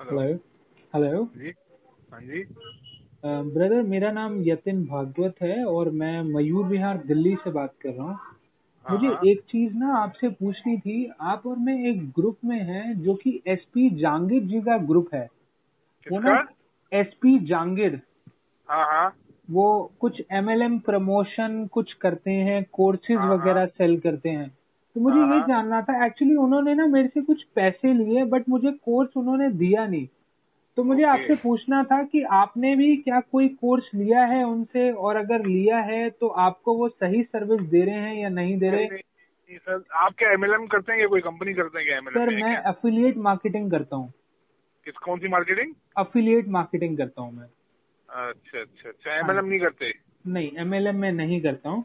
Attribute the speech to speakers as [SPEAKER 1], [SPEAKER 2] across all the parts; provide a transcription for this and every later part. [SPEAKER 1] Hello
[SPEAKER 2] hello hello
[SPEAKER 1] जी हाँ जी
[SPEAKER 2] ब्रदर Um, मेरा नाम यतिन भागवत है और मैं मयूर विहार दिल्ली से बात कर रहा हूँ
[SPEAKER 1] हाँ
[SPEAKER 2] मुझे
[SPEAKER 1] हाँ
[SPEAKER 2] एक चीज ना आपसे पूछनी थी आप और मैं एक ग्रुप में हैं जो कि एसपी जांगिर जी का ग्रुप है वो
[SPEAKER 1] किसका
[SPEAKER 2] ना एसपी जांगिर
[SPEAKER 1] हाँ हाँ
[SPEAKER 2] वो कुछ एमएलएम प्रमोशन कुछ करते हैं कोर्सेज
[SPEAKER 1] हाँ हाँ
[SPEAKER 2] वगैरह सेल करते हैं तो मुझे
[SPEAKER 1] हाँ
[SPEAKER 2] ये
[SPEAKER 1] हाँ
[SPEAKER 2] जानना था एक्चुअली उन्होंने ना मेरे से कुछ पैसे लिए बट मुझे कोर्स उन्होंने दिया नहीं तो मुझे
[SPEAKER 1] ओके
[SPEAKER 2] आपसे पूछना था कि आपने भी क्या कोई कोर्स लिया है उनसे और अगर लिया है तो आपको वो सही सर्विस दे रहे हैं या नहीं दे
[SPEAKER 1] नहीं
[SPEAKER 2] रहे
[SPEAKER 1] नहीं नहीं, सर आप क्या एमएलएम करते हैं या कोई कंपनी करते हैं क्या एमएलएम
[SPEAKER 2] सर
[SPEAKER 1] में है
[SPEAKER 2] मैं
[SPEAKER 1] मतलब क्या
[SPEAKER 2] अफिलिएट मार्केटिंग करता हूँ
[SPEAKER 1] किस कौन सी मार्केटिंग
[SPEAKER 2] अफिलिएट मार्केटिंग करता हूँ मैं
[SPEAKER 1] अच्छा अच्छा अच्छा
[SPEAKER 2] हाँ
[SPEAKER 1] एमएलएम नहीं करते
[SPEAKER 2] नहीं एमएलएम में नहीं करता हूँ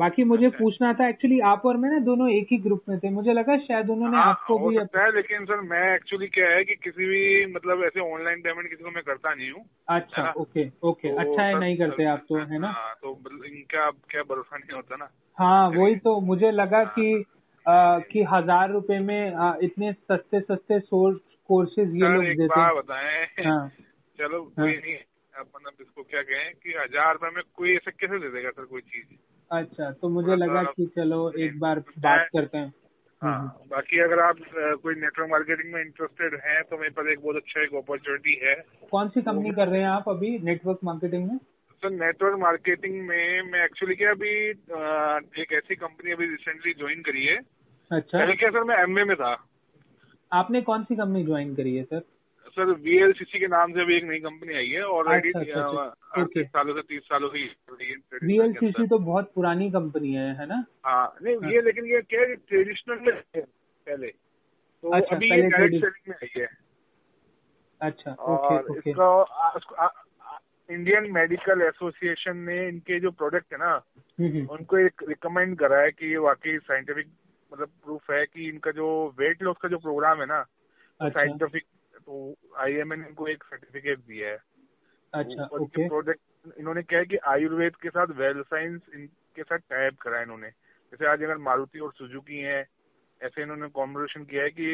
[SPEAKER 2] बाकी मुझे
[SPEAKER 1] अच्छा
[SPEAKER 2] पूछना था एक्चुअली आप और मैं ना दोनों एक ही ग्रुप में थे मुझे लगा शायद उन्होंने
[SPEAKER 1] हाँ
[SPEAKER 2] आपको
[SPEAKER 1] हो
[SPEAKER 2] भी अप...
[SPEAKER 1] सकता है लेकिन सर मैं एक्चुअली क्या है कि किसी भी मतलब ऐसे ऑनलाइन पेमेंट किसी को मैं करता नहीं हूँ है
[SPEAKER 2] अच्छा
[SPEAKER 1] ना
[SPEAKER 2] ओके ओके
[SPEAKER 1] तो
[SPEAKER 2] अच्छा है
[SPEAKER 1] सर
[SPEAKER 2] नहीं
[SPEAKER 1] सर
[SPEAKER 2] करते आप तो है ना
[SPEAKER 1] हाँ तो मतलब इनका अब क्या भरोसा नहीं होता ना
[SPEAKER 2] हाँ वही
[SPEAKER 1] चलिए
[SPEAKER 2] तो मुझे लगा
[SPEAKER 1] हाँ
[SPEAKER 2] कि
[SPEAKER 1] नहीं
[SPEAKER 2] आ,
[SPEAKER 1] नहीं
[SPEAKER 2] कि हजार रुपए में आ, इतने सस्ते सस्ते कोर्सेज ये
[SPEAKER 1] सर
[SPEAKER 2] लोग
[SPEAKER 1] एक
[SPEAKER 2] देते हैं
[SPEAKER 1] बात बताएं
[SPEAKER 2] हाँ
[SPEAKER 1] चलो
[SPEAKER 2] हाँ
[SPEAKER 1] कोई नहीं अपन अब इसको क्या कहें कि हजार रुपए में कोई ऐसे कैसे दे देगा सर कोई चीज
[SPEAKER 2] अच्छा तो मुझे
[SPEAKER 1] थोड़ा
[SPEAKER 2] लगा
[SPEAKER 1] सा
[SPEAKER 2] कि चलो
[SPEAKER 1] नहीं
[SPEAKER 2] एक बार
[SPEAKER 1] मैं
[SPEAKER 2] बात करते हैं हम्म हम्म।
[SPEAKER 1] हाँ बाकी अगर आप अ, कोई नेटवर्क मार्केटिंग में इंटरेस्टेड हैं तो मेरे पास एक बहुत अच्छा एक अपॉर्चुनिटी है
[SPEAKER 2] कौन सी
[SPEAKER 1] वो
[SPEAKER 2] कंपनी कर रहे हैं आप अभी नेटवर्क मार्केटिंग में
[SPEAKER 1] सर नेटवर्क मार्केटिंग तो में मैं एक्चुअली क्या अभी अ, एक ऐसी कंपनी अभी रिसेंटली ज्वाइन करी है
[SPEAKER 2] अच्छा
[SPEAKER 1] पहले क्या सर मैं एमवे में था
[SPEAKER 2] आपने कौन सी कंपनी ज्वाइन करी है सर
[SPEAKER 1] सर वीएलसीसी के नाम से अभी एक नई कंपनी आई है ऑलरेडी
[SPEAKER 2] अच्छा अच्छा अच्छा ओके
[SPEAKER 1] अड़तीस सालों से तीस सालों की ट्रेडिशनल के अंदर
[SPEAKER 2] वीएलसीसी तो बहुत पुरानी कंपनी है है ना
[SPEAKER 1] हाँ नहीं
[SPEAKER 2] हाँ
[SPEAKER 1] ये लेकिन ये क्या है ट्रेडिशनल में है पहले तो
[SPEAKER 2] अच्छा
[SPEAKER 1] अभी ये
[SPEAKER 2] पहले
[SPEAKER 1] डायरेक्ट
[SPEAKER 2] ट्रेडिंग
[SPEAKER 1] सेलिंग में आई है
[SPEAKER 2] अच्छा ओके
[SPEAKER 1] और
[SPEAKER 2] ओके
[SPEAKER 1] इसका आ, इसको, आ, आ, इंडियन मेडिकल एसोसिएशन ने इनके जो प्रोडक्ट है ना
[SPEAKER 2] हम्म हम्म
[SPEAKER 1] उनको एक रिकमेंड करा है कि ये वाकई साइंटिफिक मतलब प्रूफ है कि इनका जो वेट लॉस का जो प्रोग्राम है ना वो
[SPEAKER 2] अच्छा
[SPEAKER 1] साइंटिफिक तो आईएमए ने इनको एक सर्टिफिकेट दिया है तो
[SPEAKER 2] अच्छा
[SPEAKER 1] और इनके
[SPEAKER 2] ओके
[SPEAKER 1] प्रोडक्ट इन्होंने क्या है कि आयुर्वेद के साथ वेल साइंस इनके साथ टाइप करा है इन्होंने जैसे आज अगर मारुति और सुजुकी हैं ऐसे इन्होंने कॉम्बिनेशन किया है कि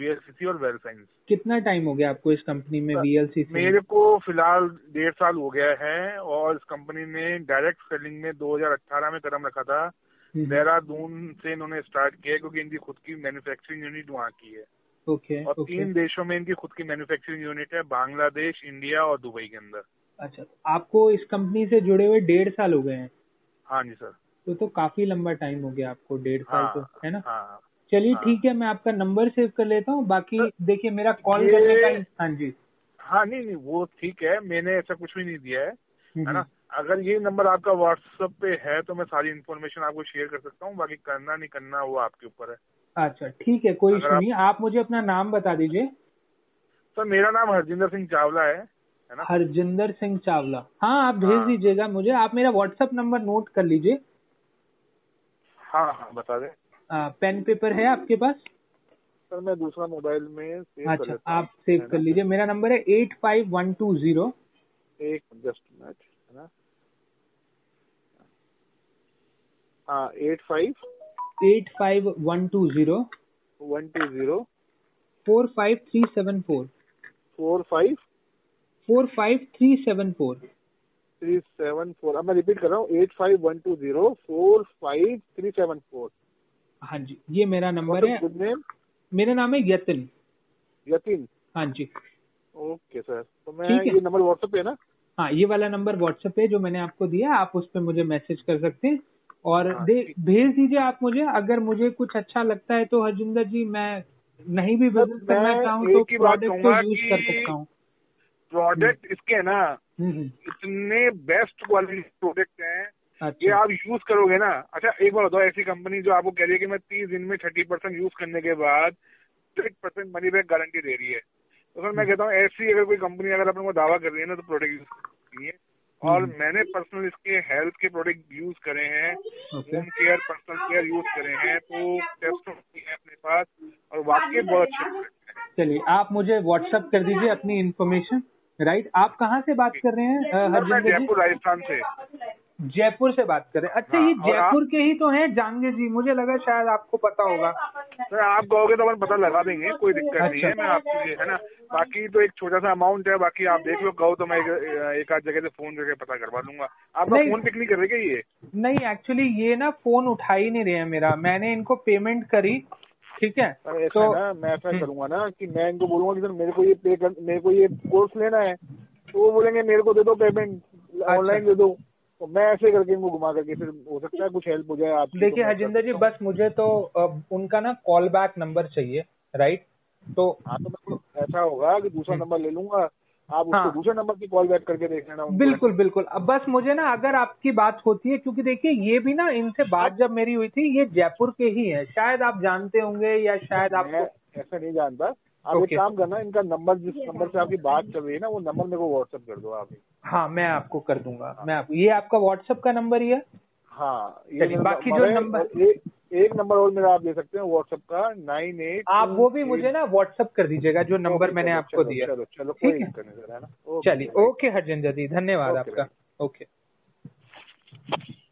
[SPEAKER 1] वीएलसीसी और वेल साइंस
[SPEAKER 2] कितना टाइम हो गया आपको इस कंपनी में वीएलसीसी में
[SPEAKER 1] मेरे को फिलहाल डेढ़ साल हो गया है और इस कंपनी ने डायरेक्ट सेलिंग में 2018 में कदम रखा था
[SPEAKER 2] हम्म हम्म
[SPEAKER 1] देहरादून से इन्होंने स्टार्ट किया है, क्योंकि इनकी खुद की मैन्युफैक्चरिंग यूनिट वहाँ की है
[SPEAKER 2] ओके
[SPEAKER 1] और
[SPEAKER 2] ओके
[SPEAKER 1] तीन देशों में इनकी खुद की मैन्युफैक्चरिंग यूनिट है बांग्लादेश इंडिया और दुबई के अंदर
[SPEAKER 2] अच्छा तो आपको इस कंपनी से जुड़े हुए डेढ़ साल हो गए हैं
[SPEAKER 1] हाँ जी सर
[SPEAKER 2] तो तो काफी लंबा टाइम हो गया आपको डेढ़ साल तो
[SPEAKER 1] हाँ
[SPEAKER 2] है ना
[SPEAKER 1] हाँ
[SPEAKER 2] चलिए
[SPEAKER 1] हाँ
[SPEAKER 2] ठीक है मैं आपका नंबर सेव कर लेता हूँ
[SPEAKER 1] सर
[SPEAKER 2] बाकी देखिए मेरा कॉल करने का
[SPEAKER 1] ये
[SPEAKER 2] हाँ जी
[SPEAKER 1] हाँ नहीं नहीं वो ठीक है मैंने ऐसा कुछ भी नहीं दिया है
[SPEAKER 2] हम्म
[SPEAKER 1] है ना
[SPEAKER 2] हम्म
[SPEAKER 1] अगर ये नंबर आपका व्हाट्सएप पे है तो मैं सारी इन्फॉर्मेशन आपको शेयर कर सकता हूँ बाकी करना नहीं करना वो आपके ऊपर है
[SPEAKER 2] अच्छा ठीक है कोई
[SPEAKER 1] अगर
[SPEAKER 2] इशू
[SPEAKER 1] आप
[SPEAKER 2] नहीं आप मुझे अपना नाम बता दीजिए
[SPEAKER 1] सर मेरा नाम हरजिंदर सिंह चावला है है ना
[SPEAKER 2] हरजिंदर सिंह चावला हाँ आप भेज
[SPEAKER 1] हाँ
[SPEAKER 2] दीजिएगा मुझे आप मेरा व्हाट्सएप नंबर नोट कर लीजिए
[SPEAKER 1] हाँ हाँ बता दें
[SPEAKER 2] आ, पेन पेपर है आपके पास
[SPEAKER 1] सर मैं दूसरा मोबाइल में सेव कर
[SPEAKER 2] अच्छा
[SPEAKER 1] लेता हूँ
[SPEAKER 2] आप सेव
[SPEAKER 1] है
[SPEAKER 2] कर
[SPEAKER 1] ना
[SPEAKER 2] लीजिए मेरा नंबर है eight five one two zero
[SPEAKER 1] एक जस्ट मिनट है ना हाँ eight five
[SPEAKER 2] eight five one two zero
[SPEAKER 1] one two zero
[SPEAKER 2] four five three seven four
[SPEAKER 1] four five
[SPEAKER 2] four five three seven four
[SPEAKER 1] three seven four अब मैं repeat कर रहा हूँ eight five one two zero four five three seven four
[SPEAKER 2] हाँ जी ये मेरा
[SPEAKER 1] what
[SPEAKER 2] number है
[SPEAKER 1] गुड नेम
[SPEAKER 2] मेरा नाम है यतिन
[SPEAKER 1] यतिन
[SPEAKER 2] हाँ जी
[SPEAKER 1] ओके सर तो मैं
[SPEAKER 2] ठीक है
[SPEAKER 1] ये नंबर व्हाट्सएप पे है ना
[SPEAKER 2] हाँ ये वाला नंबर व्हाट्सएप पे जो मैंने आपको दिया है, आप उस पे मुझे मैसेज कर सकते हैं और
[SPEAKER 1] हाँ
[SPEAKER 2] दे
[SPEAKER 1] ठीक
[SPEAKER 2] भेज दीजिए आप मुझे अगर मुझे कुछ अच्छा लगता है तो हरजिंदर जी मैं नहीं भी
[SPEAKER 1] सर
[SPEAKER 2] बिजनेस करना चाहूँ
[SPEAKER 1] मैं
[SPEAKER 2] तो
[SPEAKER 1] एक ही बात
[SPEAKER 2] प्रोडक्ट को
[SPEAKER 1] कहूंगा
[SPEAKER 2] यूज कर
[SPEAKER 1] कि
[SPEAKER 2] सकता हूँ हम्म
[SPEAKER 1] प्रोडक्ट इसके ना
[SPEAKER 2] हम्म, हम्म।
[SPEAKER 1] इतने बेस्ट क्वालिटी प्रोडक्ट हैं ये
[SPEAKER 2] अच्छा
[SPEAKER 1] आप यूज करोगे ना अच्छा एक बार बताओ ऐसी कंपनी जो आपको कह रही है कि मैं तीस दिन में थर्टी परसेंट यूज करने के बाद thirty percent money back guarantee दे रही है तो सर मैं
[SPEAKER 2] हम्म
[SPEAKER 1] कहता हूँ ऐसी अगर कोई कंपनी अगर अपने को दावा कर रही है ना तो प्रोडक्ट यूज करनी है और
[SPEAKER 2] हम्म
[SPEAKER 1] मैंने पर्सनल इसके हेल्थ के प्रोडक्ट यूज करे हैं
[SPEAKER 2] okay
[SPEAKER 1] home care personal care use करे हैं तो टेस्ट होती है अपने पास और वाकई बहुत अच्छे
[SPEAKER 2] हाँ,
[SPEAKER 1] प्रोडक्ट हैं
[SPEAKER 2] चलिए आप मुझे व्हाट्सअप कर दीजिए अपनी इन्फॉर्मेशन राइट आप कहाँ से बात
[SPEAKER 1] ठीक
[SPEAKER 2] कर रहे हैं अ,
[SPEAKER 1] सर मैं
[SPEAKER 2] हरजिंदर जी
[SPEAKER 1] जयपुर राजस्थान से
[SPEAKER 2] जयपुर से बात करें अच्छा
[SPEAKER 1] हाँ,
[SPEAKER 2] ये
[SPEAKER 1] और
[SPEAKER 2] जयपुर के ही तो हैं जहांगीर जी मुझे लगा शायद आपको पता होगा
[SPEAKER 1] सर आप कहोगे तो अपन पता लगा देंगे कोई दिक्कत नहीं है
[SPEAKER 2] अच्छा।
[SPEAKER 1] मैं आपके लिए है ना बाकी तो एक छोटा सा अमाउंट है बाकी आप देख लो कहो तो मैं एक, एक आध जगह से फोन करके पता करवा लूंगा आपका
[SPEAKER 2] नहीं।
[SPEAKER 1] फोन पिक नहीं करेगा ये
[SPEAKER 2] नहीं एक्चुअली ये ना फोन उठा ही नहीं रहे हैं मेरा मैंने इनको पेमेंट करी ठीक है
[SPEAKER 1] सर ऐसा
[SPEAKER 2] तो
[SPEAKER 1] ना मैं ऐसा
[SPEAKER 2] हम्म।
[SPEAKER 1] करूंगा ना कि मैं इनको बोलूंगा कि सर मेरे को ये पे कर मेरे को ये कोर्स लेना है तो वो बोलेंगे मेरे को दे दो पेमेंट
[SPEAKER 2] अच्छा।
[SPEAKER 1] ऑनलाइन दे दो तो मैं ऐसे करके इनको घुमा करके फिर हो सकता है कुछ हेल्प हो जाए आपकी तो
[SPEAKER 2] देखिए
[SPEAKER 1] मैं कर
[SPEAKER 2] हजिंदर जी
[SPEAKER 1] सकता हूँ।
[SPEAKER 2] बस मुझे तो अ, उनका ना कॉल बैक नंबर चाहिए राइट तो
[SPEAKER 1] हाँ तो मैं तो ऐसा होगा कि दूसरा नंबर ले लूंगा आप उसको
[SPEAKER 2] हम्म। हाँ।
[SPEAKER 1] दूसरे नंबर से कॉल बैक करके देख लेना उनको।
[SPEAKER 2] बिल्कुल बिल्कुल अब बस मुझे ना अगर आपकी बात होती है क्योंकि देखिए ये भी ना इनसे बात जब मेरी हुई थी ये जयपुर के ही है शायद आप जानते होंगे या शायद
[SPEAKER 1] मैं
[SPEAKER 2] आपको
[SPEAKER 1] ऐसा नहीं जानता आप
[SPEAKER 2] Okay.
[SPEAKER 1] एक काम करना इनका नंबर जिस नंबर से आपकी बात चल रही है ना वो नंबर मेरे को व्हाट्सएप कर दो आप
[SPEAKER 2] हाँ मैं आपको कर दूंगा मैं आपको ये आपका व्हाट्सएप का नंबर ही है
[SPEAKER 1] हाँ
[SPEAKER 2] चलिए,
[SPEAKER 1] मेरा
[SPEAKER 2] बाकी
[SPEAKER 1] नंबर
[SPEAKER 2] जो
[SPEAKER 1] है,
[SPEAKER 2] नंबर-
[SPEAKER 1] और ए, एक नंबर और मेरा आप दे सकते हैं व्हाट्सएप का नाइन एट
[SPEAKER 2] आप वो भी मुझे ना व्हाट्सएप कर दीजिएगा जो नंबर मैंने आपको दिया
[SPEAKER 1] चलो चलो
[SPEAKER 2] ठीक
[SPEAKER 1] कोई
[SPEAKER 2] है?
[SPEAKER 1] दिक्कत नहीं सर है ना ओके,
[SPEAKER 2] चलिए ओके हरजिंदर जी धन्यवाद
[SPEAKER 1] ओके,
[SPEAKER 2] आपका ओके